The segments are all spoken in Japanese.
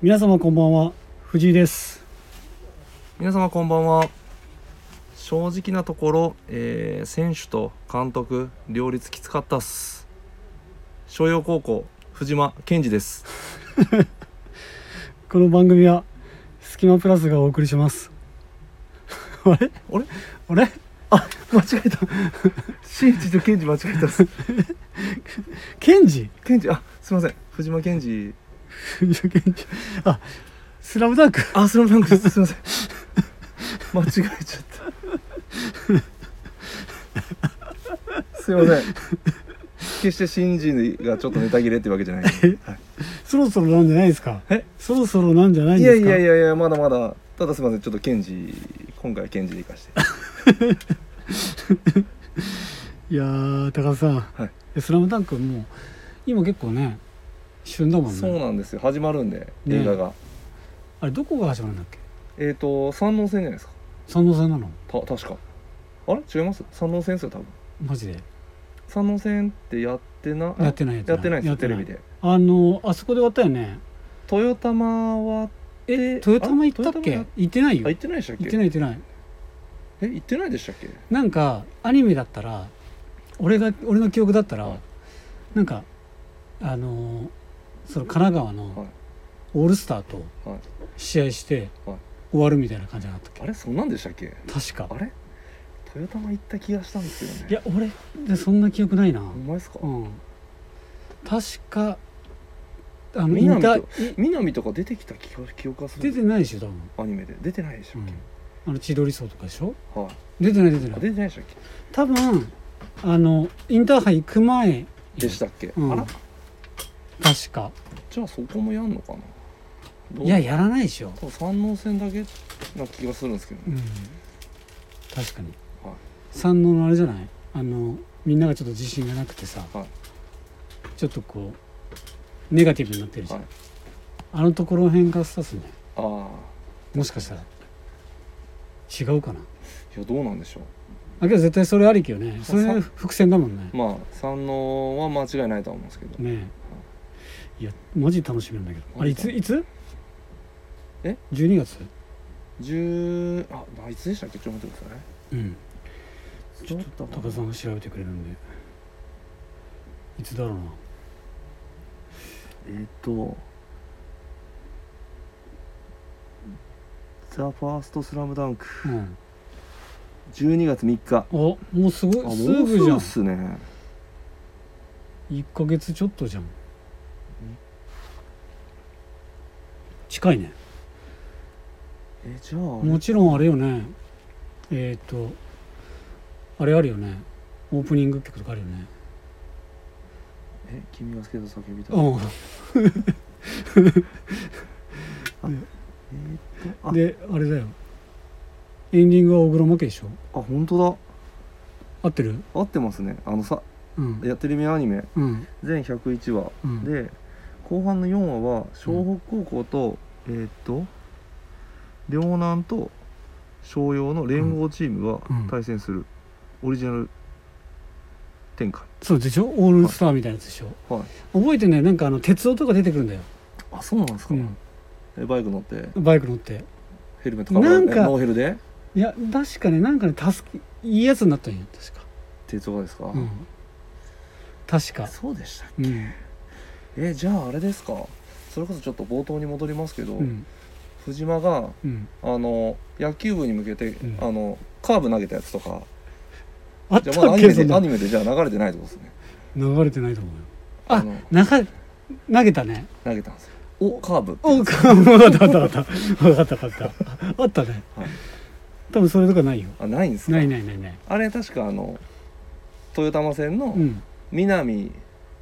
皆様こんばんは藤井です皆様こんばんは正直なところ、えー選手と監督両立きつかったっす商陽高校藤間健二ですこの番組はスキマプラスがお送りします あれあれあれ間違えた真治と健二間違えたっすケンジ健二あすいません藤間健二藤井ケンジあスラムダンクあスラムダンクですすいま せん間違えちゃったすいません決して真治がちょっとネタ切れってわけじゃない、 はいそろそろなんじゃないですかえそろそろなんじゃないんいでやすいかやいやいやまだまだただすいませんちょっとケンジ今回はケンジでいかしていやー高田さん、はいいやスラムダンクもう今結構ね旬だもんそうねなんですよ始まるんでね映画が、あれどこが始まるんだっけえっ、と三能戦じゃないですか三能さんなのた確かあれ違います三能戦ですよ多分マジで三能戦ってやってなやってないややってないですよテレビであのあそこで終わったよね豊玉はえで豊玉行ったっあけ豊行ってないよあ行ってないでしたっけ行ってない行ってないえ行ってないでしたっけなんかアニメだったら俺が俺の記憶だったら、はいなんかあのーその神奈川はいのオールスターとはい試合してはい終わるみたいな感じじゃなかったっあれそんなんでしたっけけ確かあれ豊玉行った気がしたんですよねいや俺でそんな記憶ないなほんまですか、うん確かあのイン南タとー南とか出てきた気が記憶がす出るてないでしょ多分、アニメで出てないでしうょ、ん、あの千鳥層とかでしょはい、出てない出てなあい出てないでしたっけ多分あのインターハイ行く前でしたっけ、うんあら確かじゃあそこもやんのかなどういややらないでしょ多分三能線だけな気がするんですけど、うねん確かに、はい三能のあれじゃないあのみんながちょっと自信がなくてさ、はいちょっとこうネガティブになってるじゃん、はいあのところ辺がスタスねあもしかしたら違うかなあいやどうなんでしょあけど絶対それありきよねそれさ伏線だもんねうまあ三能は間違いないとは思うんですけどねえいやマジ楽しみなんだけどあれいついつえ12月10ああいつでしたっけちょっと待ってくださいねうんちょっと高田さんが調べてくれるんでいつだろうなえっ、と「ザ・ファーストスラムダンクうん12月3日あもうすあもごういすすぐじぐゃっんすね1ヶ月ちょっとじゃん近いねえじゃああれもちろんあれよねえっ、とあれあるよねオープニング曲とかあるよねえ君が好きだ叫びたいうんえーっとあであれだよエンディングは大黒摩季でしょあ本当合ってるだ合ってますねあのさうんやテレビアニメうん全101話、うんで後半の4話は湘北高校と、えーっと両南と湘陽の連合チームがうん対戦する、オリジナル展開そうでしょオールスターみたいなやつでしょはい覚えてないなんかあの鉄道とか出てくるんだよ、あそうなんですうか、ん、えバイク乗ってバイク乗ってヘルメットかぶなんえかノーヘルでいや確かねなんかね助けいいやつになったんよ確か鉄道ですか、うん確かそうでしたっうけ、ん、えじゃああれですかそれこそちょっと冒頭に戻りますけど、うん藤間がうん、あの野球部に向けて、うんあのカーブ投げたやつとかあっじゃあまただっアニけメそんでアなニメでじゃあ流れてないってことですね流れてないと思うよあの中投げたね投げたんですよおカーブってお か分かった分かった分かった分かったあったね、はい多分それとかないよあないんですかないないないないあれ確かあの豊玉線のうん南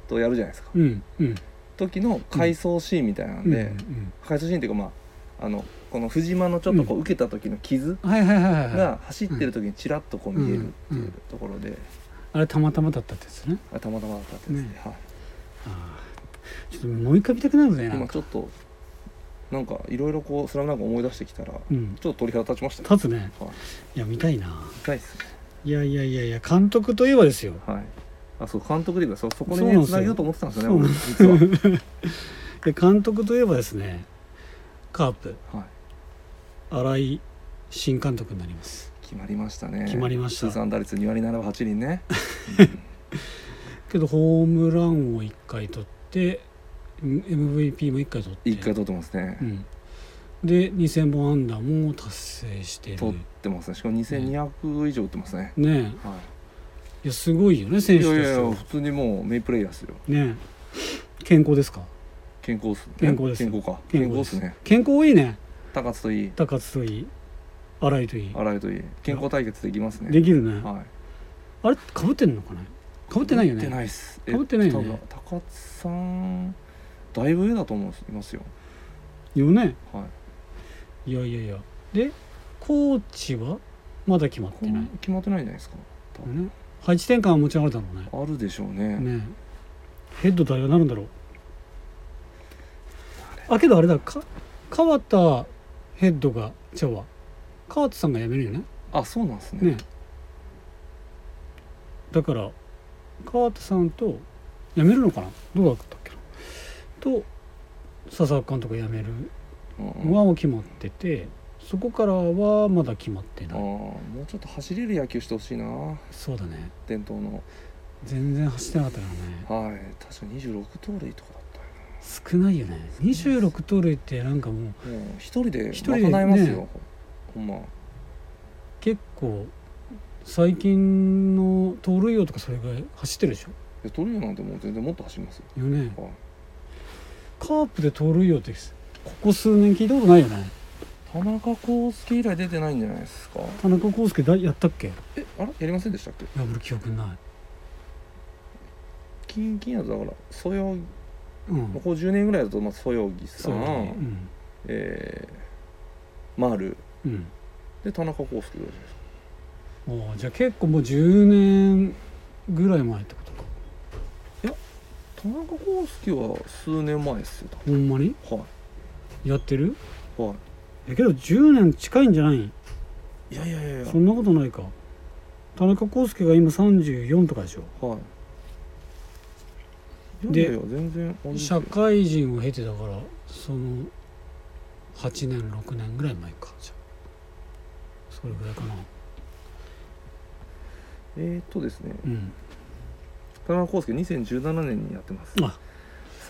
とやるじゃないですか、うんうん時の回想シーンみたいなんうんうで、ん回想シーンっていうかまああのこの藤間のちょっとこうう受けた時の傷はいはいはいはいはいが走ってる時にちらっとこう見えるっていうところで、あれたまたまだったってやつねあたまたまだったってですねねはい、ああちょっともう一回見たくなるねなん今かちょっとなんかいろいろこう「スラムダンク思い出してきたら、うちんょっと鳥肌立ちましたね立つねはいいや見たいな痛いですねいやいやいやいや監督といえばですよはいあそう監督で言えばそそこそうになんですよねつなげようと思ってたんですよねそう俺実はで監督といえばですねカープはい新井新監督になります決まりましたね決まりました通算打率2割7分8厘ねけどホームランを1回取ってん MVP も1回取って一回取ってますね、うん、で2000本安打も達成してる取ってますねしかも2200以上打ってますね、ねはいえいやすごいよね選い、手やといしやいてはや普通にもうメインプレイヤーですよねえ健康ですか健康っすね健康です健康か健健康で康ですすね健康いいね高津といい高津といい新井といい洗いといい健康対決できますねできるねはいあれかぶってんのかなかぶってないよ被ってねないっす被ってないよねえっと多分高津さんだいぶ上だと思うんですいますよよねはいいやいやいやでコーチはまだ決まっこてんない決まってないんじゃないですかこんね配置転換はもちろんあるだろうあるでしょうねねねえヘッド誰がなるんだろうあけどあれだか川田ヘッドがじゃあ川田さんが辞めるよねあそうなんですねねだから川田さんと辞めるのかなどうだったっけなと佐々木監督が辞めるうんうんのはもう決まってて、そこからはまだ決まってあーない、もうちょっと走れる野球してほしいなそうだね伝統の全然走ってなかったからねはい確か26盗塁とかだっ少ないよね26盗塁ってなんかもうたよなもう一人で一人でね賄えますよ、ほんま結構最近の盗塁王とかそれぐらい走ってるでしょで盗塁なんてもう全然もっと走りますよよねはいカープで盗塁王ってここ数年聞いたことないよね田中康介以来出てないんじゃないですか田中康介だやったっけいえあれやりませんでしたっけや俺記憶にないキンキンやとだからそようんここ10年ぐらいだとまあそよぎさそうだねんえー、マルうん、で田中康介ぐらいじゃないですかうん、おーじゃあ結構もう10年ぐらい前ってことか田中康介は数年前っすよほ多んまに分やってるはいはいやけど10年近いんじゃないいやいやいやいやそんなことないか田中康介が今34とかでしょはい。いでやいやいや全然同じ社会人を経てだからその8年6年ぐらい前かじゃあそれぐらいかなえーっとですねうん田中康介2017年にやってますあ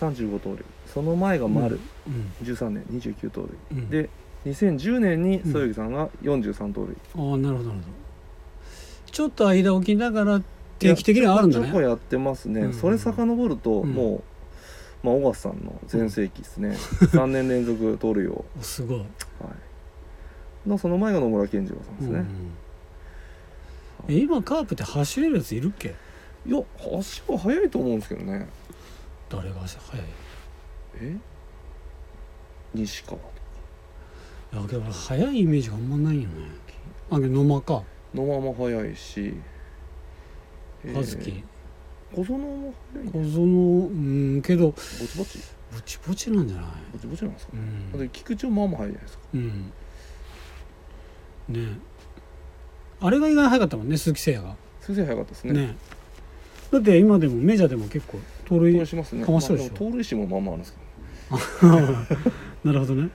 35盗塁その前が丸、うん13年29盗塁うんで2010年にうんそよぎさんが43盗塁、ああなるほどなるほどちょっと間置きながら定期的にはあるんだちょこちょこねやってますね、うんそれ遡るとうんもう、まあ、小笠さんの全盛期ですね、3 年連続盗塁を、おすごい、はい、のその前が野村健次郎さんうですんうね、んえ今カープって走れるやついるっけいや足は速いと思うんですけどね誰が走速いえ西川とかいやけど俺速いイメージがあんまないよねあけど野間か野間も速いし葉月、えー小園も速いね小園うんけどぼちぼちぼちぼちなんじゃないぼちぼちなんですかうだってん、菊池もまあまあ速いじゃないですかうん、ねえあれが意外に早かったもんね鈴木誠也先生速かったですがねねえだって今でもメジャーでも結構盗盗塁塁しますねかましてるでしょまあも盗塁手もまあまああるんですけなどるほどね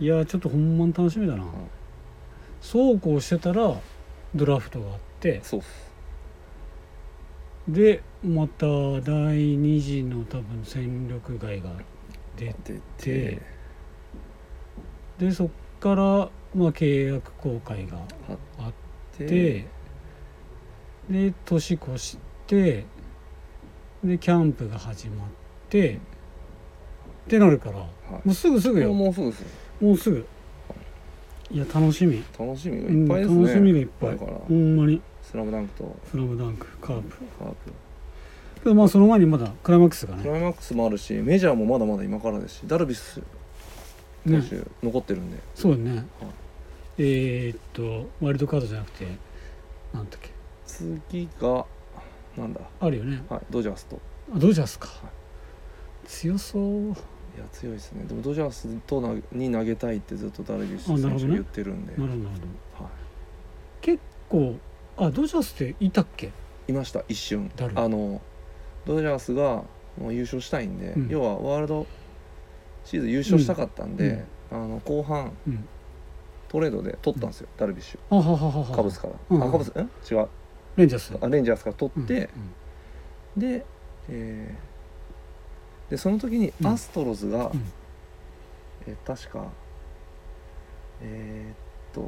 いやーちょっとほんまに楽しみだな、そうこうしてたらドラフトがあってそうっすでまた第二次の多分戦力外が出て出でてでそっからまあ契約更改があっででで年越してでキャンプが始まってってなるからもはうすぐすぐいよもうそうですよもうすぐいや楽しみ楽しみがういんっぱいですね、楽しみがいっぱいだからほんまにスラムダンクと「スラムダンクカープカープけどまあその前にまだクライマックスがクねライマックスもあるしメジャーもまだまだ今からですしダルビッシュね選手残ってるんで、そうだねえーっとワイルドカードじゃなくてなんだっけ次がなんだあるよねはいドジャースとあドジャースか強そういや強いですねでもドジャースとなに投げたいってずっとダルビッシュあなるほど選手がね言ってるんでなるほどなるほどは結構あドジャースっていたっけい、いました一瞬誰あのドジャースがもう優勝したいんで、うん要はワールドシリーズ優勝したかったんで、うんあの後半うんトレードで取ったんですよ、ダルビッシあははははュカブスから、うんあカブスん違うレンジャースあレンジャーズから取うんって、で、えーでその時にうんアストロズが、うんえー確かえーっと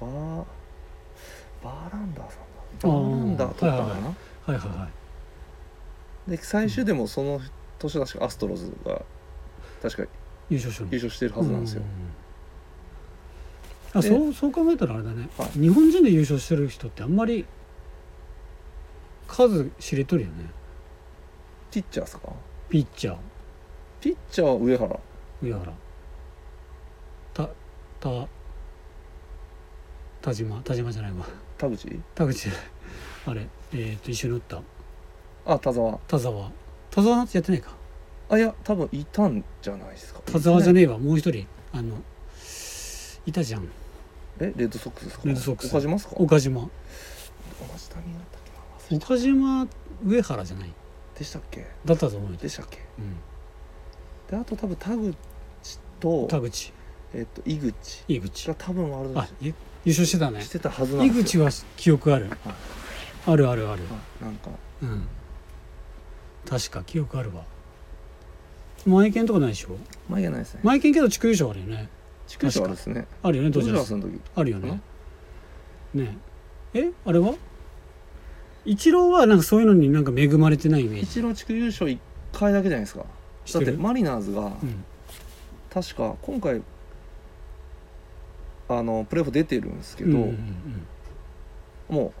バーバーランダーさんだバーランダー取ったのかな、あーはいはいはいはいで最終でもその年確かアストロズが確か優勝したの優勝してるはずなんですよ、あでそうそう考えたらあれだね、は日本人で優勝してる人ってあんまり数知れとるよねピッチャーですかピッチャーピッチャーは上原上原たた田島田島じゃないわ田口田口じゃないあれえっ、と一緒に打ったあ田沢田沢田沢なんてやってないかあいや多分いたんじゃないですか田沢じゃねねえわもう一人あのいたじゃんえレッドソックスですかレッドソックス岡島ですか同岡島じ担任だったっけな忘れちゃっ岡島上原じゃないたでしたっけだったと思うよでしたっけうん、であと多分田口と田口えっと井口井口が多分あるんであすい優勝してたねよしてたはずなん井です口よは記憶ある、あるあるある、はいなんかうん確か記憶あるわ前犬とかないでしょまあいいやないですね前犬けど地区優勝あるよね地区賞あるですねあるよねドドジジャャーーススの時あるよねねええあれは一郎はなんかそういうのになんか恵まれてないイメージ一郎地区優勝1回だけじゃないですかしだっててるマリナーズがうん確か今回あのプレーオフ出てるんですけど、うんうんうんもう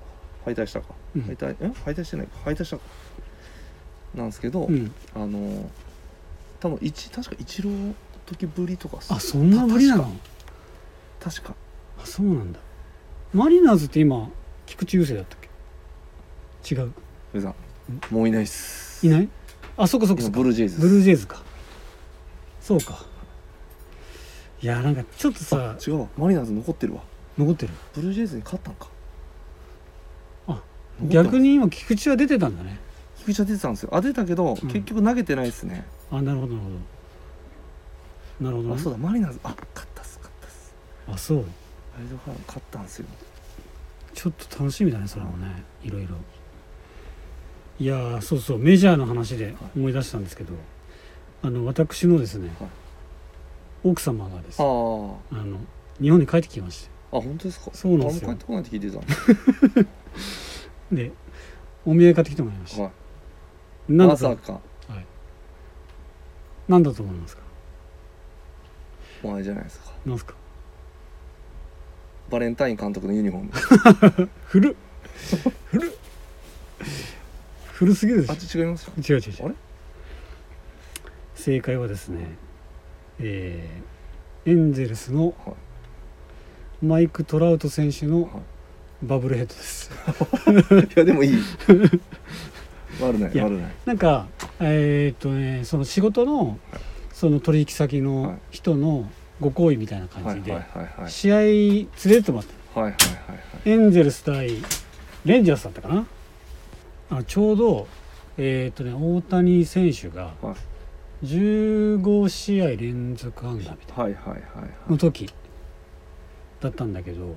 敗退したかうん敗退え敗退してないか敗退したかなんですけど、うん、あの多分一確か一郎の時ぶりとかっすあそんなぶりな確のか確かあそうなんだマリナーズって今菊池雄星だったっけ違う上さんもういないっすいないあそっかそっかそ今っかブルージェイズブルージェイズかそうかいやなんかちょっとさ違うわマリナーズ残ってるわ残ってるブルージェイズに勝ったんかあ残ってます逆に今菊池は出てたんだね菊池は出てたんですよあ出たけど、ん結局投げてないですねあなるほどなるほどなるほどねあそうだマリナーズあ勝ったっす勝ったっすあそうワイルドカード勝ったんですよちょっと楽しみだねそれもねいろいろいやーそうそうメジャーの話で思い出したんですけど、あの私のですね、はい奥様がですああねあの日本に帰ってきましてあ本当ですかそうなんですよあんま帰ってこないって聞いてたんですでお土産買ってきてもらいま した、はいなんまださとかなんだと思いますかお前じゃないですかなんすかバレンタイン監督のユニフ ォーム 古っ古っ古すぎるでしょ味違いますよ違う違う違あうれ正解はですねえーエンゼルスのはマイク・トラウト選手のはバブルヘッドです いやでもいい悪ないいや悪ないなんかえーっとねその仕事のその取引先はのい人のご好意みたいなは感いじはいはいではい試合連れてってもらったはいはいはいエンゼルス対レンジャーズだったかなあちょうど、えーとね、大谷選手がはい15試合連続安打みたいなはいはいはいの時だったんだけど、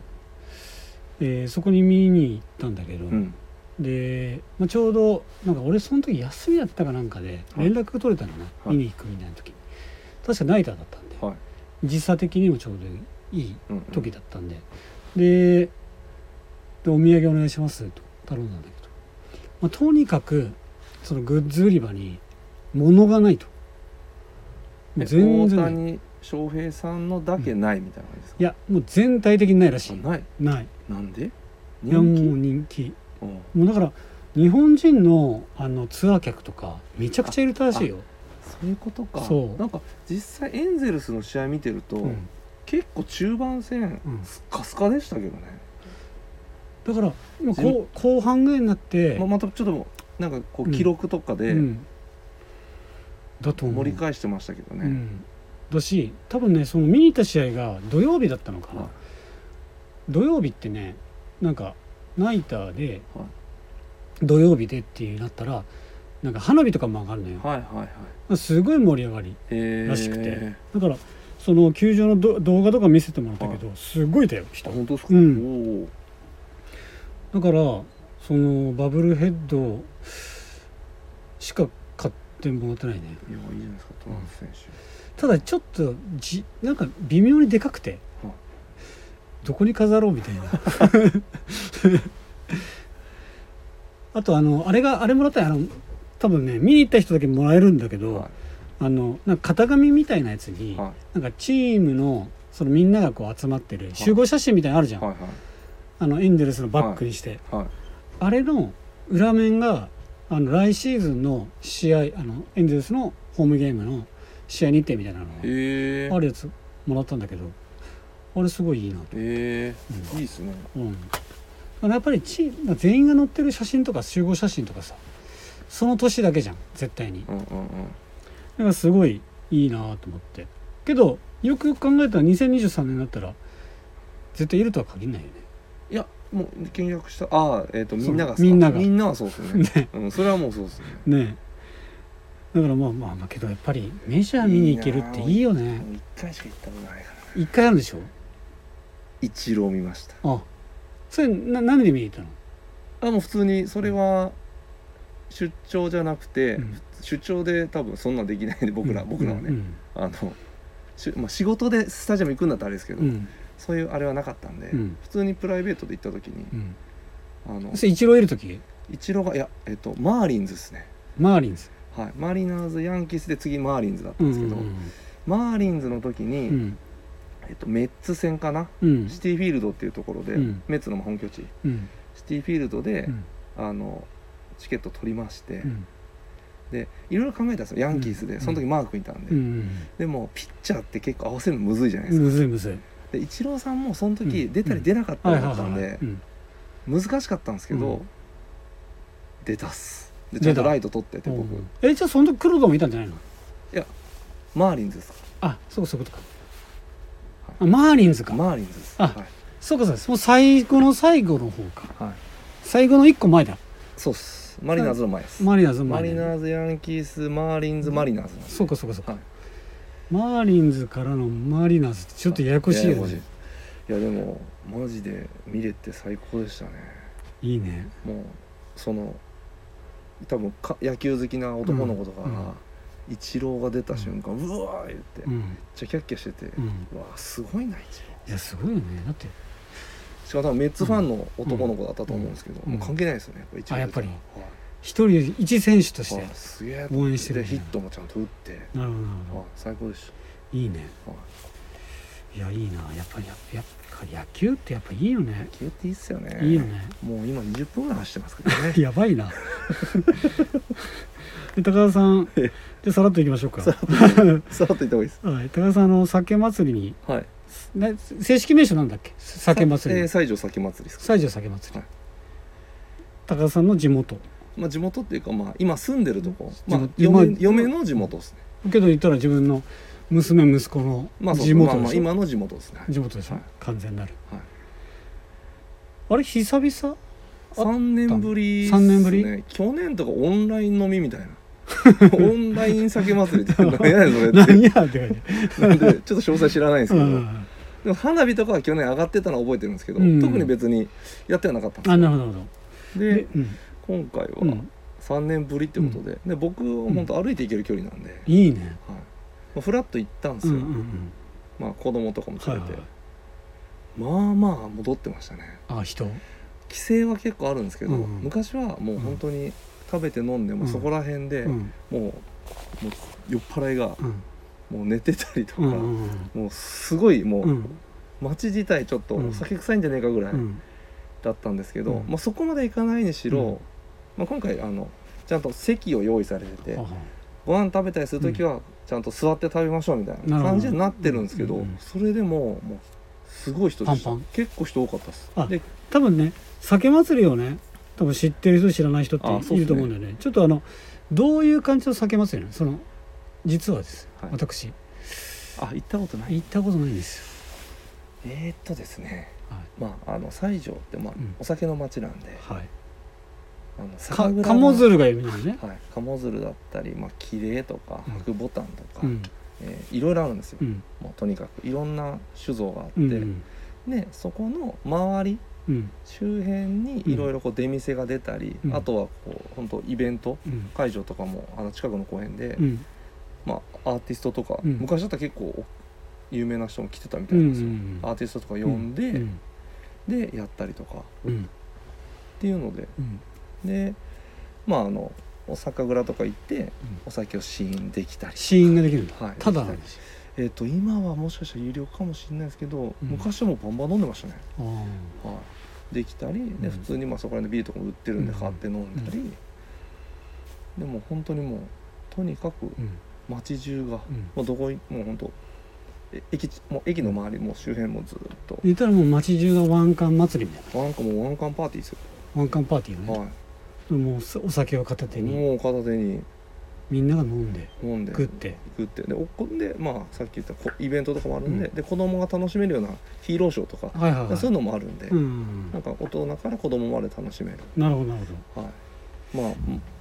えーそこに見に行ったんだけど、うんで、まあ、ちょうどなんか俺その時休みだったかなんかではい連絡が取れたのね、はい見に行くみたいな時確かナイターだったんではい時差的にもちょうどいいうん時だったんで、ででお土産お願いしますと頼んだんだけど、まあ、とにかくそのグッズ売り場に物がないともえう全然な大い谷翔平さんのだけないみたいな感じですいやもう全体的にないらしかいあないないなんでいやもう人人気気うもうんだから日本人のあのツアー客とかめちゃくちゃいるらしいよ、そういうことかそうなんか実際エンゼルスの試合見てるとうん結構中盤戦うんスカスカでしたけどねだから今こう後半ぐらいになって、ままたちょっとなんかこううん記録とかうでん、だと思う盛り返してましたけどうねん、だし多分ねその見に行った試合が土曜日だったのかな、はい土曜日ってねなんかナイターではい土曜日でっていうなったらなんか花火とかも上がるのよ、はいはいはいすごい盛り上がりへえらしくてだからその球場のど動画とか見せてもらったけどすごいだよあ人本当ですか、うんおおだからそのバブルヘッドしか買ってもらってないねいやいいじゃないですかトランス選ただちょっとじなんか微妙にでかくてうんどこに飾ろうみたいな あとあのあれがあれもらったらあの多分ね見に行った人だけもらえるんだけ手、ど、はあのなんか型紙みたいなやついに、はなんかチームのそのみんながこう集まってる集合写真みたいなのあるじゃいん、はいあのエンゼルスのバックにして、はいあれの裏面があの来シーズンの試合あのエンゼルスのホームゲームの試合日程みたいなのがえー、あるやつもらったんだけどあれすごいいいなと、えー、いいですねうん、だからやっぱりチーム全員が載ってる写真とか集合写真とかさその年だけじゃん絶対にだうんうんうんからすごいいいなと思ってけどよくよく考えたら2023年になったら絶対いるとは限らないよねいやもう見学したああえっ、とみんながそうみんながみんなはそうです ね うん、それはもうそうですねねえだからまあまあまあけどやっぱりメジャー見に行けるっていいよねもう一回しか行ったことないからな一回あるんでしょ一郎見ましたあそれな何で見に行ったのあもう普通にそれは出張じゃなくて、うん出張で多分そんなんできないんで僕ら、うん僕らはね、うんあのしまあ、仕事でスタジアム行くんだったらあれですけど、うんそういうあれはなかったんで、うん普通にプライベートで行った時にう、んあのうんそれイチローいる時一郎がいやえっとマーリンズですねマーリンズはい、マリナーズヤンキースで次マーリンズだったうんんですうけんど、マーリンズの時うに、んえっと、メッツ戦かな、うんシティフィールドっていうところで、うんメッツの本拠地うんシティフィールドで、うんあのチケット取りまして、うんでいろいろ考えたんですよヤンキースで、うんその時マー君いたんうで、んでもピッチャーって結構合わせるのむずいじゃないでうんむすか、ずいむずいでイチローさんもその時うん出たり出なかったはりいはだいったんはいはいでうん難しかったんですけど、うん出たっすでちゃんと出たライト取ってて僕、うんえじゃあその時黒田もいたんじゃないのマーリンズですかあそうかそういうことかあマーリンズかマーリンズですあはい、そうかそうかもう最後の最後の方かはい、最後の一個前だそうっすマリナーズの前です、マリナーズのマ前だよリねナーズヤンキースマーリンズマリナーズなんでそうかそうかそうか、はいマーリンズからのマリナーズってちょっとややこしいよややこしねいいやでもマジで見れて最高でしたねいいねもうその多分か野球好きな男の子とかうんが、イチローが出た瞬間、うわー言って、うめっんちゃキャッキャしてて、ううんわーすごいなイチロいやすごいよねだってーしかも多分メッツファンの男の子だったと思うんですけど、うんもう関係ないですよねやっぱイチローあやっぱり一出人一選手としたらてはいはいすげえ応援してるでヒットもちゃんと打って、なるほどなるはいほ最高でしどいいねた、はい、いやいいなやっぱりやっぱやっぱ野球ってやっぱいいよね野球っていいっすよねいいよね もう今20分ぐらい走ってますけどねや ばいなで高田さんじゃあさらっといきましょうか さらっと言った方がいいですはい高田さんあの酒祭りにはいな正式名称なんだっけ酒祭えーり西条酒祭りですか、西条酒祭り、はい高田さんの地元まあ、地元っていうか、まあ、今住んでるとこ、まあ、地元嫁まあ嫁の地元ですねけど言ったら自分の娘息子のまあそう地元まあでまあしょ今の地元ですね、はい地元でしょはい完全なるあれ久 々3年ぶりです、ね、三年ぶり去年とかオンライン飲みみたいな オンライン酒祭りって何やねんそれっ何てやって感じなんでちょっと詳細知らないんですうけど、んでも花火とかは去年上がってたのは覚えてるんですけど、うん特に別にやってはなかったんであなるほどなるほすどででうん今回うはん3年ぶりってことで,、で僕は本当歩いて行ける距離なんで、はいいいねまあフラッと行ったんでうすんよ、うんうんまあ子供とかもは連いれはて、いまあまあ戻ってましたねあ人規制は結構あるんですけうど、んうん昔はもう本当に食べて飲んでもうんそこら辺でうもんう,、もう酔っ払いがうんもう寝てたりとか、うんうんもうすごいもううん街自体ちょっとうんお酒臭いんじゃねえかぐらいうんだったんですけど、うんまあ、そこまで行かないにしろ、うんまあ、今回あのちゃんと席を用意されててあはご飯食べたりする時はちゃんと座って食べましょうみたいなるなほど感じになってるんですけど、うんうんそれでももうすごい人でしたパンパン結構人多かったですあで多分ね酒祭りをね多分知ってる人知らない人あそうっっすてねいると思うんだよねちょっとあのどういう感じの酒祭りなのその実はです、はい私あ行ったことない行ったことないんですえー、っとですねよまああの西条って、まあうんお酒の町なんではい、はい、あのかの鴨鶴が有名なのねはい鴨鶴だったり、まあ、キレとかうん白牡丹とうか、んえーいろいろあるんですようんもうとにかくいろんな酒造があって、うんうんでそこの周りうん周辺にいろいろこう出店が出たり、うんあとはこう本当イベントうん会場とかもあの近くの公園で、うんまあ、アーティストとか、うん昔だったら結構有名な人も来てたみたういなんんですよ、アーティストとか呼んで、うんでやったりとかっうんていうのでうんでまああのお酒蔵とか行ってお酒を試飲できたり、試飲ができるんだはい、ただでなんきたでりすよえっ、と今はもしかしたら有料かもしれないですけど、昔はもうバンバン飲んでましたね、あはい、できたり、うでん普通にまあそこら辺でビールとかも売ってるんでうん買って飲んだり、でも本当にもうとにかくーうん街中が、うんもうどこいもう本当え駅ちもう駅の周りもう周辺もずっと言ったらもう街中がワンカン祭りみたいなワンカンもうワンカンパーティーですよ、ワンカンパーティーがねはもうお酒を片手い、にもう片手にみんなが飲んで飲んで食って食ってでおこでまあさっき言ったこイベントとかもあるんで,、うで子供が楽しめるようなヒーローショーとか、はいはいはいそういうのもあるんで、うんなんか大人から子供まで楽しめる、なるほどなるほはい、まあ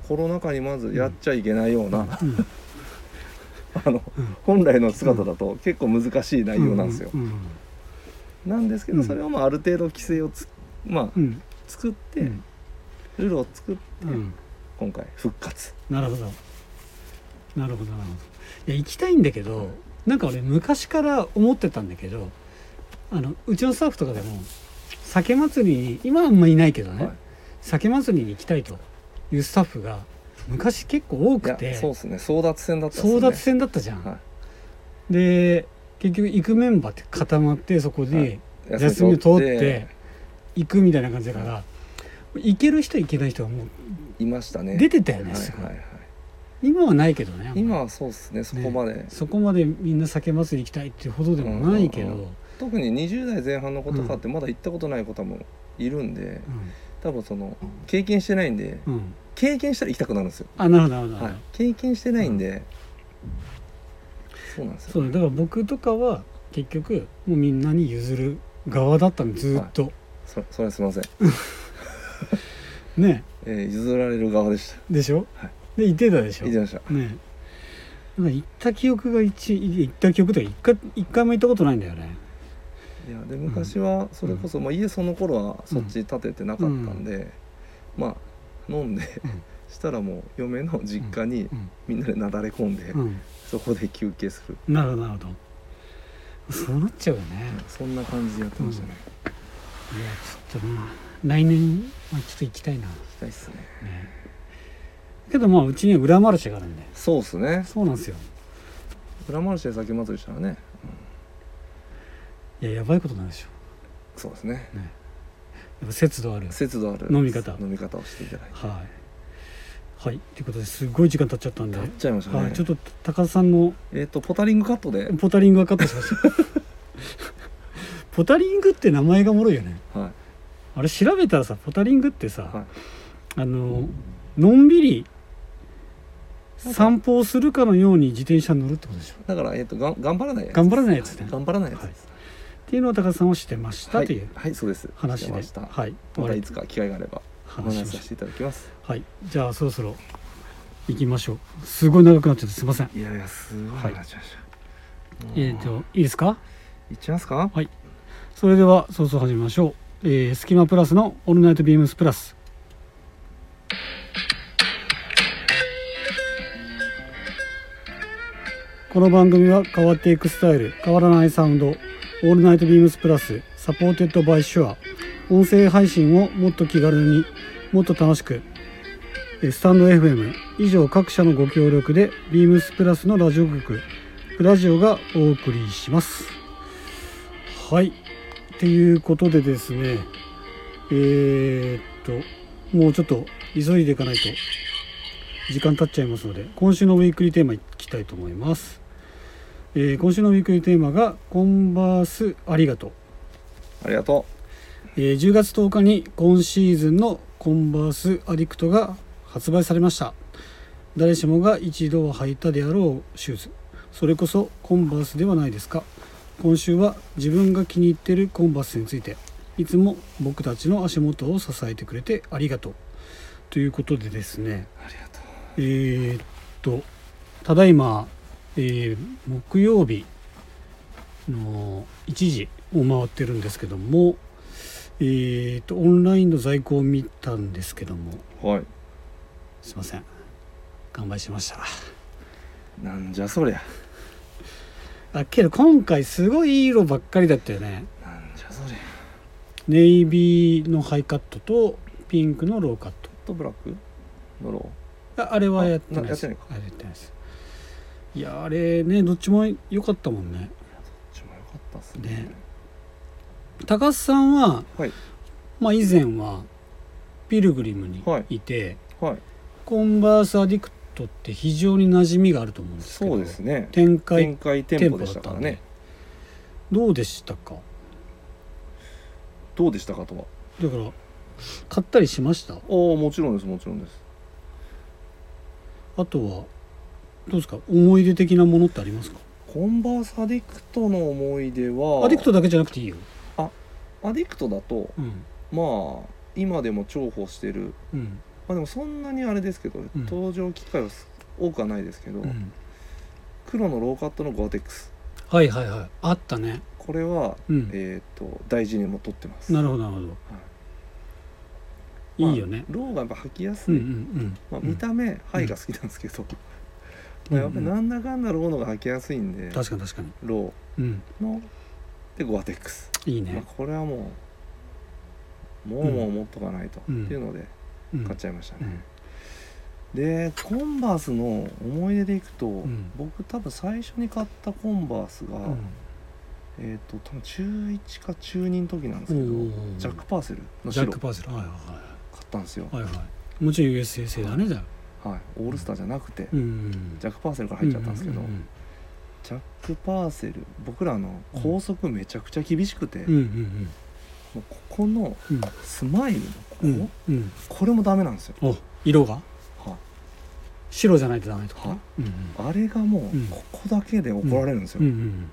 コロナ禍にまずやっちゃいけないような、あどうんの本来の姿だと結構難しい内容なんですよ、うんうんなんですけどそれをまあある程度規制をつ、まあ、うん作って、うんルールを作ってうん今回復活なるほどなるほどなるほどいや行きたいんだけどなんか俺昔から思ってたんだけどあのうちのスタッフとかでも酒祭りに今はあんまいないけどね、はい酒祭りに行きたいというスタッフが昔結構多いくやてそうですね争奪戦だったっすね争奪戦だったじゃん、はで結局行くメンバーって固まってそこはでいい休みを取って行くみたいな感じだから、行ける人行けない人はもういましたね出てたよはいね、はいすごいはい今はないけどねあんまり今はそうですねそこまで、そこまでみんな酒祭り行きたいっていうほどでもないけど、ううんうんん特に20代前半の子とかってまだ行ったことない子多分いるんで、多分その経験してないんでうん経験したら行きたくなるんですよ、あなるほどなるほど、はい、経験してないんで、そうなんですそうよだだから僕とかは結局もうみんなに譲る側だったのずーっと、そそれはすいません、ねえー譲られる側でしでしょ、はいで行ってたでしたょ行っねてましたなんか行った記憶が一行った記憶とか一回一回も行ったことないんだよねいやで昔はそれこそ、まあ、家その頃はそっち建ててなかったんで、まあ飲んで、んしたらもう嫁の実家にうん、みんなでなだれ込んで、うん、そこで休憩するなるほどなるほどそうなっちゃうよねそんな感じでやってましたね、いやちょっとまあ来年、まあ、ちょっと行きたいな行きたいっすねねけどまあうちには裏マルシェがあるんでそうっすねそうなんですよプラマルシェ酒祭りしたらねいややばいことなんでしょそうですねやっぱ節度あるはい節度ある飲み方飲み方をしていただいてはいってことですごい時間経っちゃったんで、立っちゃいましたね、はいちょっと高田さんのえっ、とポタリングカットで、はいポタリングがカットしました ポタリングって名前がおもろいよねはあれ調べたらさポタリングってさ、はいあののんびり散歩をするかのように自転車に乗るってことでしょい、だから、えっとがん頑張らないやつ頑張らないやつねはい頑張らないやつです、っていうのを高田さんをしてました、はいというはいそうです話してでました、はいまたいつか機会があればお話し話まししさょうせていただきますはい、じゃあそろそろ行きましょう。すごい長くなっちゃってすいません。いやいやすごいはい話しました、もうえっ、といいですか？いっちゃいますかそれでは早々始めましょう。えー、スキマプラスのオールナイトビームスプラス。この番組は変わっていくスタイル、変わらないサウンド、オールナイトビームスプラス、サポーテッドバイシュア、音声配信をもっと気軽に、もっと楽しく、えースタンド FM 以上各社のご協力で、ビームスプラスのラジオ局、プラジオがお送りします。はい。っていうことでですね、えーっと、もうちょっと急いでいかないと時間経っちゃいますので、今週のウィークリーテーマいきたいと思います。えー今週のウィークリーテーマが、コンバースありがとう。ありがとえー10月10日に今シーズンのコンバースアディクトが発売されました誰しもが一度は履いたであろうシューズそれこそコンバースではないですか今週は自分が気に入ってるコンバースについていつも僕たちの足元を支えてくれてありがとうということでですねうありがとえーっとただいまえー木曜日の1時を回ってるんですけども、えー、とオンラインの在庫を見たんですけどもはいすいません完売しましたなんじゃそりゃあけど今回すごいいい色ばっかりだったよねなんじゃそりゃネイビーのハイカットとピンクのローカットとブラックのロああれはやってないであやってすないかあれやってないですいやあれねどっちも良かったもんねーちも良かったっすね高須さんは、はいまあ、以前はピルグリムにはいいて、はいコンバースアディクトって非常に馴染みがあると思うんですけどそうですね展開展開店舗でしたからねどうでしたかどうでしたかとはだから買ったりしましたおおもちろんですもちろんですあとはどうですか思い出的なものってありますかコンバースアディクトの思い出はアディクトだけじゃなくていいよアディクトだとうんまあ今でも重宝してるうんまあでもそんなにあれですけど、ん登場機会はす多くはないですけど、うん黒のローカットのゴアテックスはいはいはいあったねこれは、うんえっ、と大事にも取ってますなるほどなるほど、まあいいよねローがやっぱ履きやすうんい、うんうん、まあ、見た目、ハイが好きなんですけど、まあやっぱなんだかんだローのが履きやすいんで、確かに確かにロうんーのでゴアテックス、いいまあ、ね、これはもうもううんもう持っとかないと、うんっていうのでうん買っちゃいましたうね、んでコンバースの思い出でいくと、ん僕多分最初に買ったコンバースが、うんえっ、と多分中1か中2の時なんですけおーどジャック・パーセルのジャッ白ク・買パーセルはいはったんですよ、いはいはいはいもちろん USA 製だねじゃあはい、オールスターじゃなくて、うんジャック・パーセルから入っちゃったんですけど、ううんジャック・パーセル僕らの校則めちゃくちゃ厳しくて、うんうもんうここのうんうんスマイルのうこんうんここれもダメなんですよ、お色がは白じゃないとダメとかはうんあれがもううんここだけで怒られるんですよ、うんうん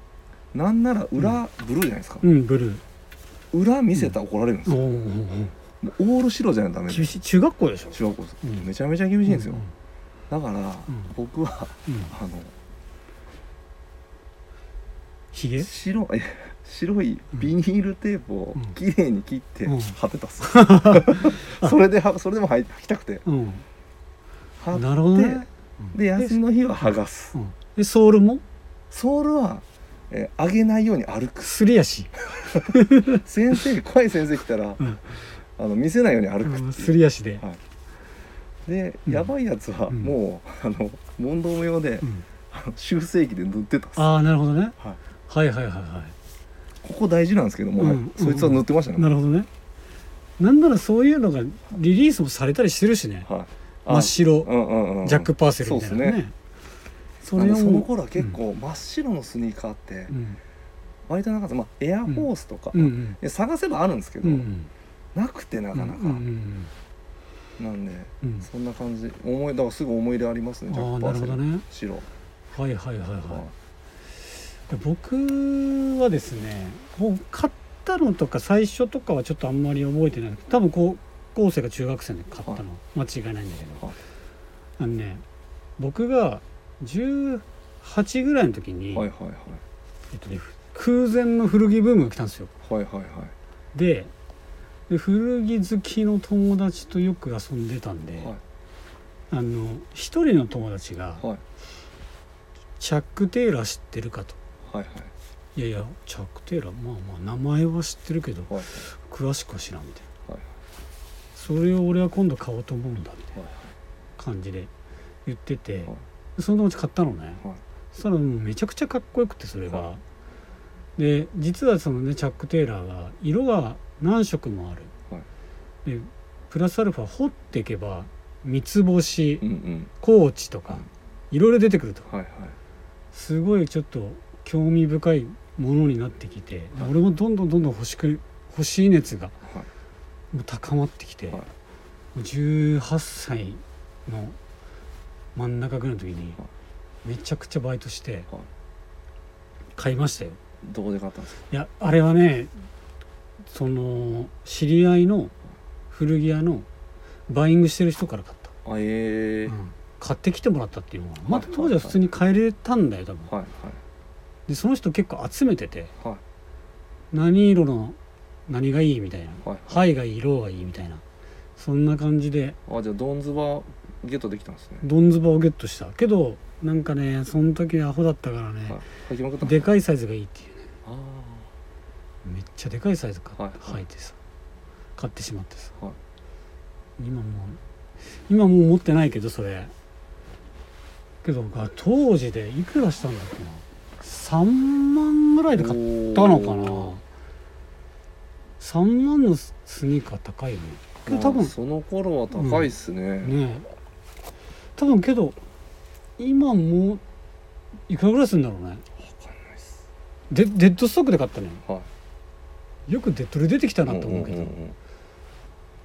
なんなら裏、ブルーじゃないですかう、んうんブルー裏見せたら怒られるんですおーよ、おーおもうオール白じゃダメーで厳すしい中学校でしょ中学校ですうんめちゃめちゃ厳しいんですよ、うだからん僕はんうんあのひげ白い白いビニールテープをうん綺麗に切ってうん貼ってた っす、それではそれでも履い履きたくてうん貼ってなるほどねうんで休みの日は剥がすうんでソールもソールは、えー上げないように歩くすりやし先生怖い先生来たら、うんあの見せないように歩うくんってすいう、り足ではい、で、うんやばいやつはうんもう、あの問答無用で、うんあの修正液で塗ってたっす、はああなるほどねい、はいはいはいはここ大事なんですけども、はいうんそいつは塗ってましたいなるね、ほどねなんならそういうのがリリースもされたりしてるしねはい、あ真っ白うんうんうんジャック・パーセルみたいなそうっすねそなんれでをその頃は結構真っ白のスニーカーってうん割となかった、まあ、エアフォースとか、うんうんで探せばあるんですけど、うんうんなくてなかなか、うんうんなんでうんうんそんな感じ思いだからすぐ思い出ありますねジャあッあクパなーるセほどル、ね白、はいはいはいははいいで僕はですねもう買ったのとか最初とかはちょっとあんまり覚えてない多分高校生か中学生で買ったの間違いないんだけどはいあのね僕が18ぐらいの時に、はいはいえっとね、空前の古着ブームが来たんですよはいはいはいはいでで古着好きの友達とよく遊んでたんで、はいあの一人の友達がはい「チャック・テイラー知ってるか?」とはいは「いいやいやチャック・テイラーまあまあ名前は知ってるけどはい詳しくは知らん」みたいなはい「それを俺は今度買おうと思うんだ」みたいはいな感じで言っててはいその友達買ったのねはいそしたらもうめちゃくちゃかっこよくてそれがはで実はそのねチャック・テイラーが色が何色もあるはでプラスアルファ掘っていけば三つ星うんうん高知とかいろいろ出てくるとはいはいすごいちょっと興味深いものになってきて、はい俺もどんどんどんどん欲しく欲しい熱がはいもう高まってきて、はいもう18歳の真ん中ぐらいの時にはいめちゃくちゃバイトしてはい買いましたよどこで買ったんですかいやあれはねその知り合いの古着屋のバイングしてる人から買った、あええうん買ってきてもらったっていうのはまた当時は普通に買えれたんだよ多分はいはいでその人結構集めててはい何色の何がいいみたいなはい灰がいい色がいいみたいなそんな感じであじゃあドンズバゲットできたんですねドンズバをゲットしたけどなんかねその時アホだったからね、はい履きまくったでかいサイズがいいっていうねあめっちゃでかいサイズ買って、はいは履いいてさ買ってしまってさ、はい今もう今もう持ってないけどそれけどが当時でいくらしたんだっけな3万ぐらいで買っ買たのかな3万のスニーカー高いよねけど多分その頃は高いっすね、ねえ多分けど今もういくらぐらいするんだろうね分かんないっすでデッドストックで買ったのよはよくデッドで出てきたいなと思うけど、んんん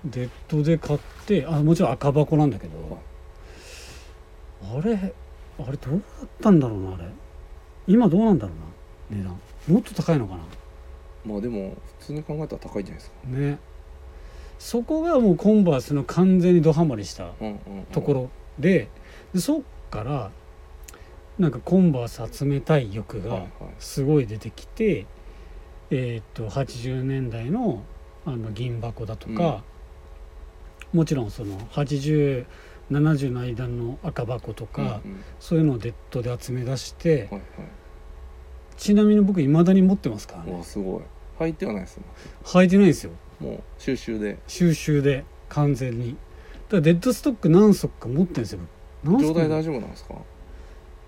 デッドで買ってあもちろん赤箱なんだけどはあれあれどうだったんだろうなあれ今どうなんだろうな値段もっと高いのかいまあでも普通に考えたら高いじゃないですかなねそこがもうコンバースの完全にドハマりしたうんうんうんところで,、でそっからなんかコンバース集めたい欲はいはがいすごい出てきて、えーっと80年代のあの銀箱だとか、もちろんその8070の間の赤箱とか、うんうんそういうのをデッドで集め出して、はいちなみに僕いまだに持ってますからはいねうわすごい履いてはないですね履いてないんですよもう収集で収集で完全にだからデッドストック何足か持ってるんですよ僕何足状か態大丈夫なんですか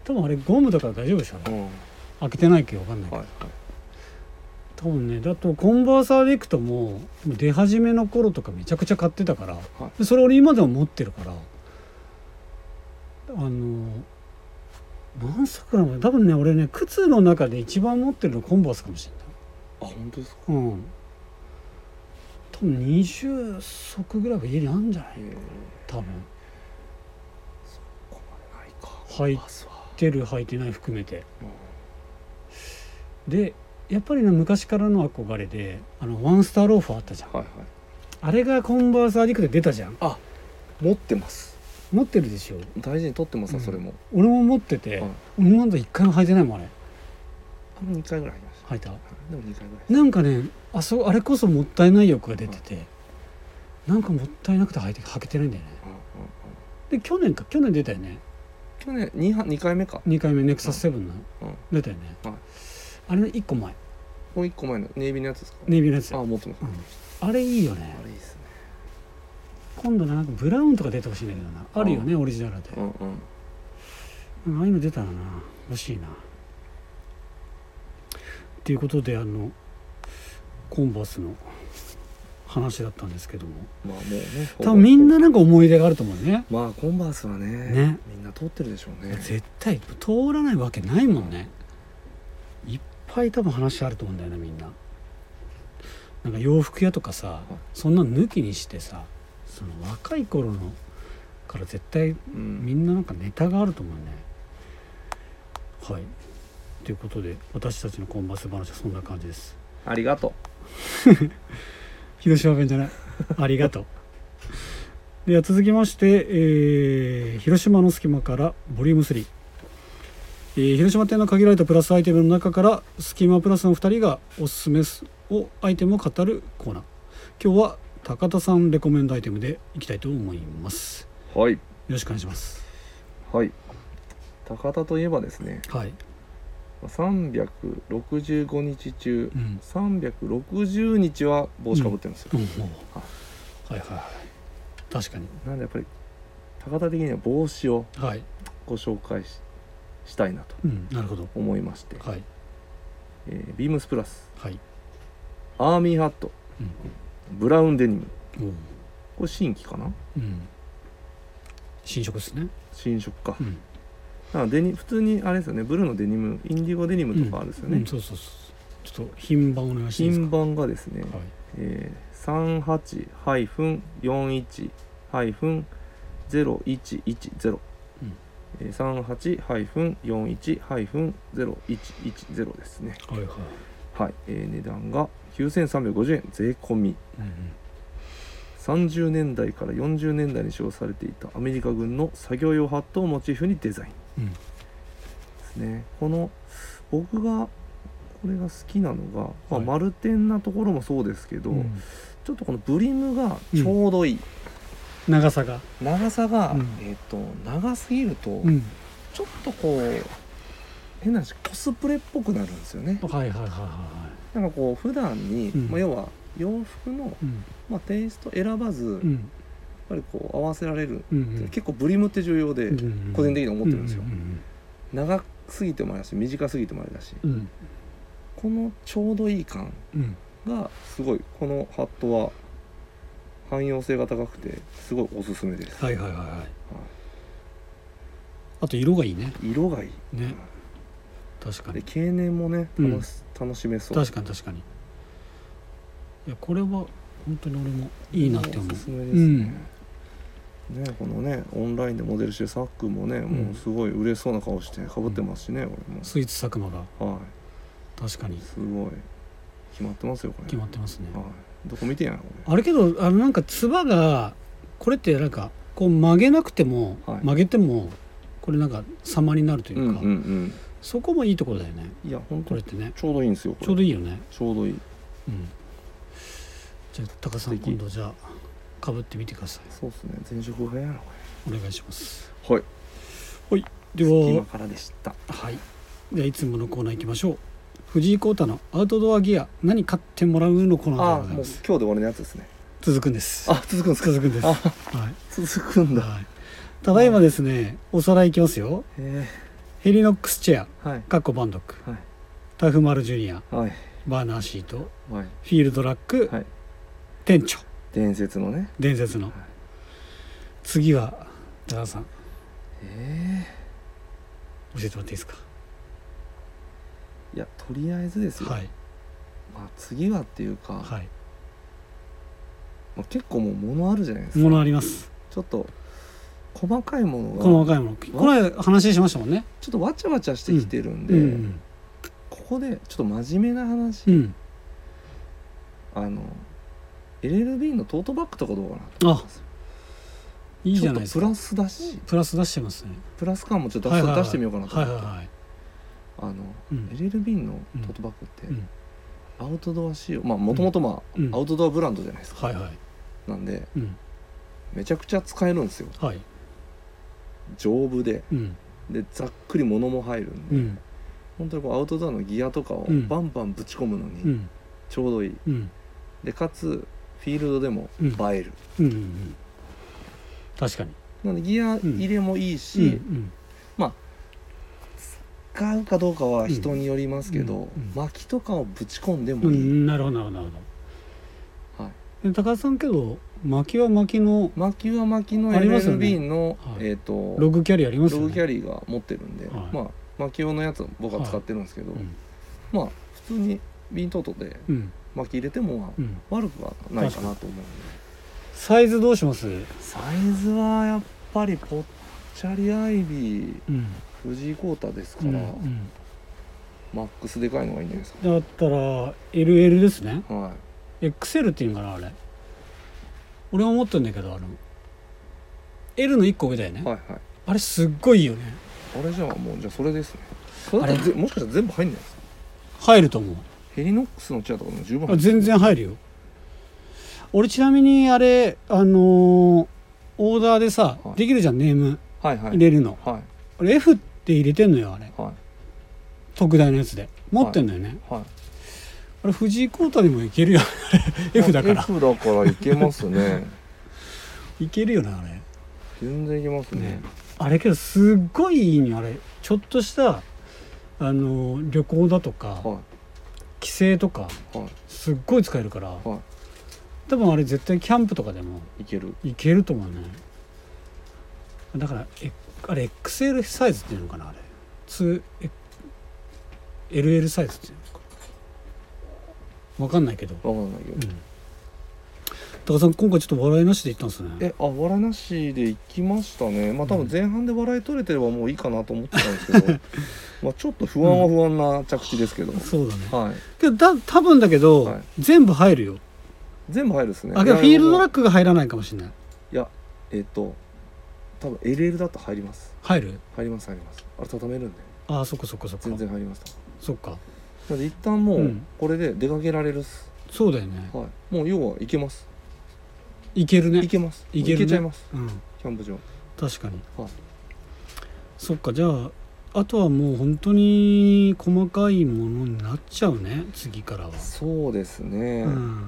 多分あれゴムだから大丈夫でしょあうれんは開けてないけど分かんないいけど、はい多分ねだとコンバーサーでいくともう出始めの頃とかめちゃくちゃ買ってたから、でそれ俺今でも持ってるからあの何足なの多分ね俺ね靴の中で一番持ってるのコンバースかもしれないあ本当ですかうん多分20足ぐらいは家にあるんじゃないええ多分困らないか履いバスはてる履いてない含めてうんでやっぱりね昔からの憧れであのワンスターローファーあったじゃんはいはいあれがコンバースアディクトで出たじゃん持ってます持ってるでしょ大事に取ってますわうんそれも俺も持ってて、はい俺もまだ一回も履いてないもんあれあもう2回ぐらいありました履いたはいでも2回ぐらいなんかねあそうあれこそもったいない欲が出てて、なんかもったいなくて履いて履けてないんだよねうんうんうでん去年か去年出たよね去年 2, は二回目か2回目ネクサス7のうん出たよね、はいあれの1個前もう1個前のネイビーのやつですかネイビーのやつあ持ってますうんあれいいよねあれいいっすね今度なんかブラウンとか出てほしいんだけどなあるよねオリジナルで、うんうんうんああいうの出たらな欲しいなっていうことであのコンバースの話だったんですけどもまあもうね多分みんななんか思い出があると思うねまあコンバースはねねみんな通ってるでしょうね絶対通らないわけないもんねいっぱい多分話あると思うんだよねみんななんか洋服屋とかさそんなの抜きにしてさその若い頃のから絶対うんみんななんかネタがあると思うねはいということで私たちのコンバース話はそんな感じですありがとう広島弁じゃないありがとうでは続きまして、えー広島の隙間からボリューム3、えー広島店の限られたプラスアイテムの中から隙間プラスの2人がおすすめすをアイテムを語るコーナー今日は高田さんレコメンドアイテムでいきたいと思いますはいよろしくお願いしますはい高田といえばですねはい、 365日中うん360日は帽子かぶってるんですよ、うんうんはいはいはい確かになんでやっぱり高田的には帽子をはい、ご紹介ししたいなとうん、なるほど思いまして、はいえービームスプラスはい、アーミーハットうんブラウンデニムおうこれ新規かなうん、新色ですね、新色かうんだからデニ普通にあれですよねブルーのデニムインディゴデニムとかあるんですよね、うん、そうそうそうちょっと品番お願いしていいです品番がですね、か、はい、えー、38-41-0110、うんえー、38-41-0110ですねはいはいはい、えー値段が9350円税込みうん30年代から40年代に使用されていたアメリカ軍の作業用ハットをモチーフにデザイうンんですね、この僕がこれが好きなのが、まあはい丸点なところもそうですけど、うんちょっとこのブリムがちょうどいい、長さが、長さが、うんえっと長すぎると、うん、ちょっとこう変な話コスプレっぽくなるんですよねはいはいはいはいはなんかこう普段に、うんまあ、要は洋服の、いうんまあ、テイスト選ばず、うやっんぱりこう合わせられる、うんうん結構ブリムって重要で、うん個人的に思ってるんですよううん長すぎてもあれだし短すぎてもあれだしうんうんこのちょうどいい感うんがすごいこのハットは汎用性が高くてすごいおすすめです、はいはいはいはいあと色がいいね色がいい、ね確かでに経年もねうん楽し,、楽しめそう確かに確かにいやこれは本当に俺もいいなって思おうすすめですね,、ねこのねオンラインでモデルしてるサックもね、もうすごい売れそうな顔してかぶってますしね、これもスイーツ佐久間がは確かにいすごい決まってますよこれ決まってますねはい、どこ見てんやろこあれけどあのなんかつばがこれってなんかこう曲げなくても、はい曲げてもこれなんか様になるといれううんうか、んそこもいいところだよねうんいや本こ当れっにてねちょうどいいんですよちょうどどいいよねちょうどいいうんじゃあ高さん素敵今度じゃあかぶってみてくださいそうですね前職がやろお願いしますこれはいで今はからでしたはいではいつものコーナー行きましょう藤井耕太のアウトドアギア何買ってもらうのコーナーあでございもまう今日すで終わりのやつですね続くんですあ続くんですか続くんですあはい続くんだはい、ただいまですねおさらいいきますよへヘリノックスチェアえはいカッコバンドックはいタフマルジュニアはいバーナーシートはいフィールドラック、はい店長伝説のね伝説の、はい次は多田さん教ええてもらっていいですかえいやとりあえずですよ、はいまあ、次はっていうか、はまあ、結構もう物あるじゃないですいかものありますちょっと細かいものがこの若いものこれ話しましたもんねちょっとわちゃわちゃしてきてるんで、うんここでちょっと真面目な話、うんあの LLB のトートバッグとかどうかなとあいいじゃないでちょすっかとプラスだしプラス出してますねプラス感もちょっと出,、はいはいはい出してみようかなとは思いはって、いはいあのうん、 LLB のトートバッグって、うんアウトドア仕様まあもともとまあ、うんアウトドアブランドじゃないですか、はいはいなんでうんめちゃくちゃ使えるんですよはい丈夫でうんでざっくり物も入るんで、うん本当にこうアウトドアのギアとかをうんバンバンぶち込むのうにんちょうどいい、うんでかつフィールドでもうん映える、うんうんうん確かになのでギアん入れもいいし、うん使うかどうかは人によりますけど、うんうん薪とかをぶち込んでうもいい、ん、なるほどなるほどなるはい、ほどで高田さんけど薪は薪の薪は薪のありますよね LLB の、はいえっ、とログキャリありますロよねグキャリリーが持ってるんで、はいまあ薪用のやつを僕は使ってるんですけど、うんまあ普通にビントートでうん、薪入れてもまあうん、悪くはないかなと思うんでサイズどうしますサイズはやっぱりぽっちゃりアイビーうん藤井耕太ですかうら、ん、うん、マックスでかいのがいいんじゃないですだったら LL ですねかはい XL っていうのかなあれ俺も持ってるんだけどあの L の1個上だよね、はいはいあれすっごいいいよねあれじゃあもうじゃあそれですねそれあだれったらぜもしかしたら全部入んないですか入ると思うヘリノックスのチェアとかでも十分あ入る全然入るよ俺ちなみにあれあのーオーダーでさ、はいできるじゃんネームはいはい入れるの、はい俺 F って入れてんのよあれはい特大のやつで持ってんのよね、はいあれ藤井耕太でもいけるよ F だからあ F だからいけます ねいけるよなあれ全然いけますねねあれけどすっごいいいにあれちょっとしたあの旅行だとかは帰省とかいはすっごい使えるからいは多分あれ絶対キャンプとかでもいいけるいけると思うねだからえあれ XL サイズっていうのかなあれ 2LL サイズっていうのかわかんないけどわかんないけうん高ど田さん今回ちょっと笑いなしで行ったんですねえあ笑いなしでいきましたねまあ多分前半で笑い取れてればもういいかなと思ってたんです けどまあちょっと不安は不安な着地ですけど、そうだねはいけどだ多分だけど、はい全部入るよ全部入るですねあけどフィールドいラやックが入らないかもしれないいやえっ、と多分 LL だと入ります入る入ります入りますあれ畳めるんでああそっかそっかそっか全然入りましたそっかなんで一旦もううんこれで出かけられるっす、そうだよねはいもう要は行けますいける行ねけます行けるね行けちゃいますうんキャンプ場確かに、はいそっかじゃああとはもう本当に細かいものになっちゃうね次からは、そうですね、うん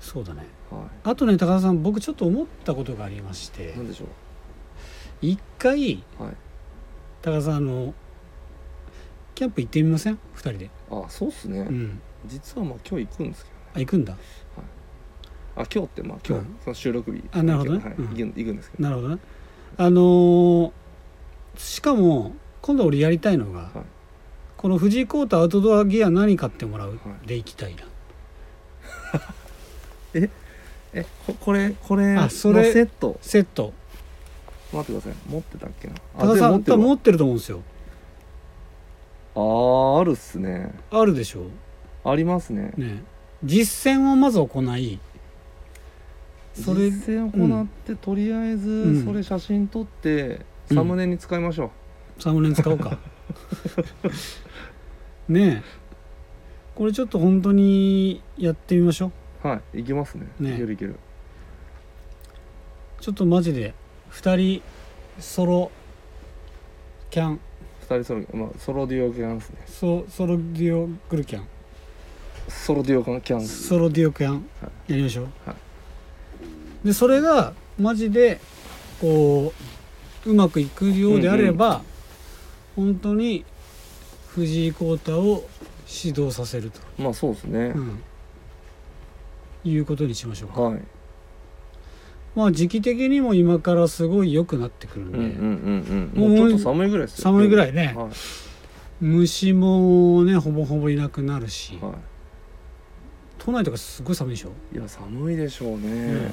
そうだねはあとね高田さん僕ちょっと思ったことがありましていなんでしょ一回うはい高田さんあのキャンプ行ってみません2人であそうっすね、うん実はまあ今日行くんですけあ行くんだどあ今日ってまあ今う日、んその収録日あなるほどねはい、うん行く行くんですけどなるほどねあのーしかも今度俺やりたいのが、いこの藤井コートアウトドアギア何買ってもらうはいで行きたいな、えここれこれあのそセれットセット待ってください持ってたっけな高田さん持っでもってる持わってると思うんですよあーあるっすねあるでしょありますねね実践をまず行いそれ実践行って、とりあえうずんそれ写真撮って、うんサムネに使いましょ3年使おうか ねえこれちょっと本当にやってみましょううはい行きますねねいけるいけるちょっとマジで2人ソロキャン二人ソロ、まあ、ソロデュオキャンですねソソロデュオグルキャンソロデュオキャンソロデュオクヤンはやりましょう、はでそれがマジでこううまくいくようであれば、本当に藤井耕太を指導させると、まあそうですねう、んいうことにしましょうか、はいまあ時期的にも今からすごい良くなってくるんうで、んうんうんうんもうちょっと寒いぐらいですよ寒いぐらいね、は虫もねほぼほぼいなくなるし、い、は都内とかすごい寒いでしょい、いや寒いでしょうね、んも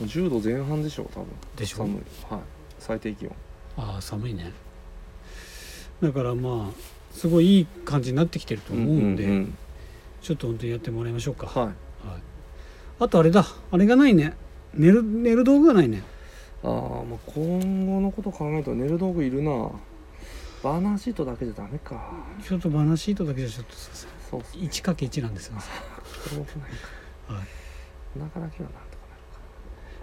う10度前半でしょう多分でしょ寒いはい最低気温ああ寒いねだからまあすごいいい感じになってきてると思うんで、ううんちょっと本当にやってもらいましょうか、はいあとあれだあれがないね寝る寝る道具がないねあーまあ今後のこと考えると寝る道具いるなバーナーシートだけじゃダメかちょっとバナーシートだけじゃちょっとすいませんそうっすね 1×1 なんですよこれも来ないか、はいお腹だけはなんとか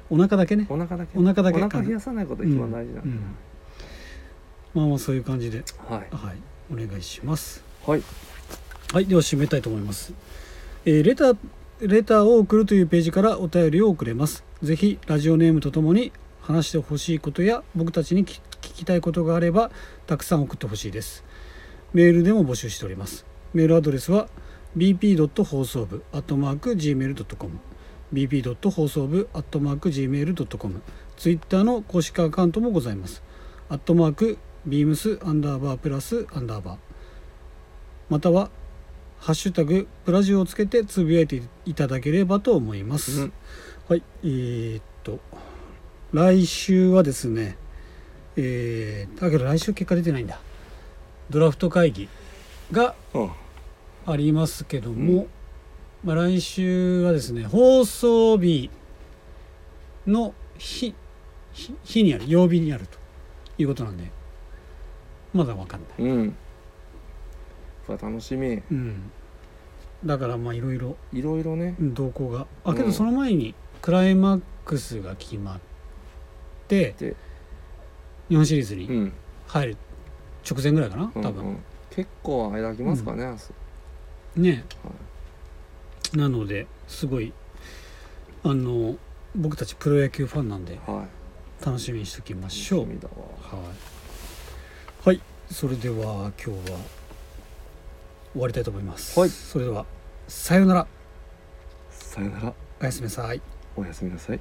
お腹だけねなるお腹だけお腹だけお腹冷やさないことが一番大事なんうで、んまあまあそういう感じではいはいお願いしますはいはいでは締めたいと思います、えーレターレターを送るというページからお便りを送れますぜひラジオネームとともに話してほしいことや僕たちに聞聞きたいことがあればたくさん送ってほしいですメールでも募集しておりますメールアドレスは bp. 放送部 gmail.com bp. 放送部 gmail.com ツイッターの公式アカウントもございますアットマークビームスアンダーバープラスアンダーバーまたは「ハッシュタグプラジオ」をつけてつぶやいていただければと思います、うんはいえーっと来週はですねえー、だけど来週結果出てないんだドラフト会議がうんありますけども、まあ、来週はですね放送日の日日日にある曜日にあるということなんでまだわかんない、うんこれ楽しみうん、だからまあいろいろいろいろね動向があけうどんその前にクライマックスが決まってで日本シリーズうにん入る直前ぐらいかなうん多分、うん結構間空きますかね、明日ね、なのですごいあの僕たちプロ野球ファンなんではい楽しみにしときましょう楽みだわはい、はい、それでは今日は終わりたいと思います、はいそれではさようならさよならおやすみなさいおやすみなさい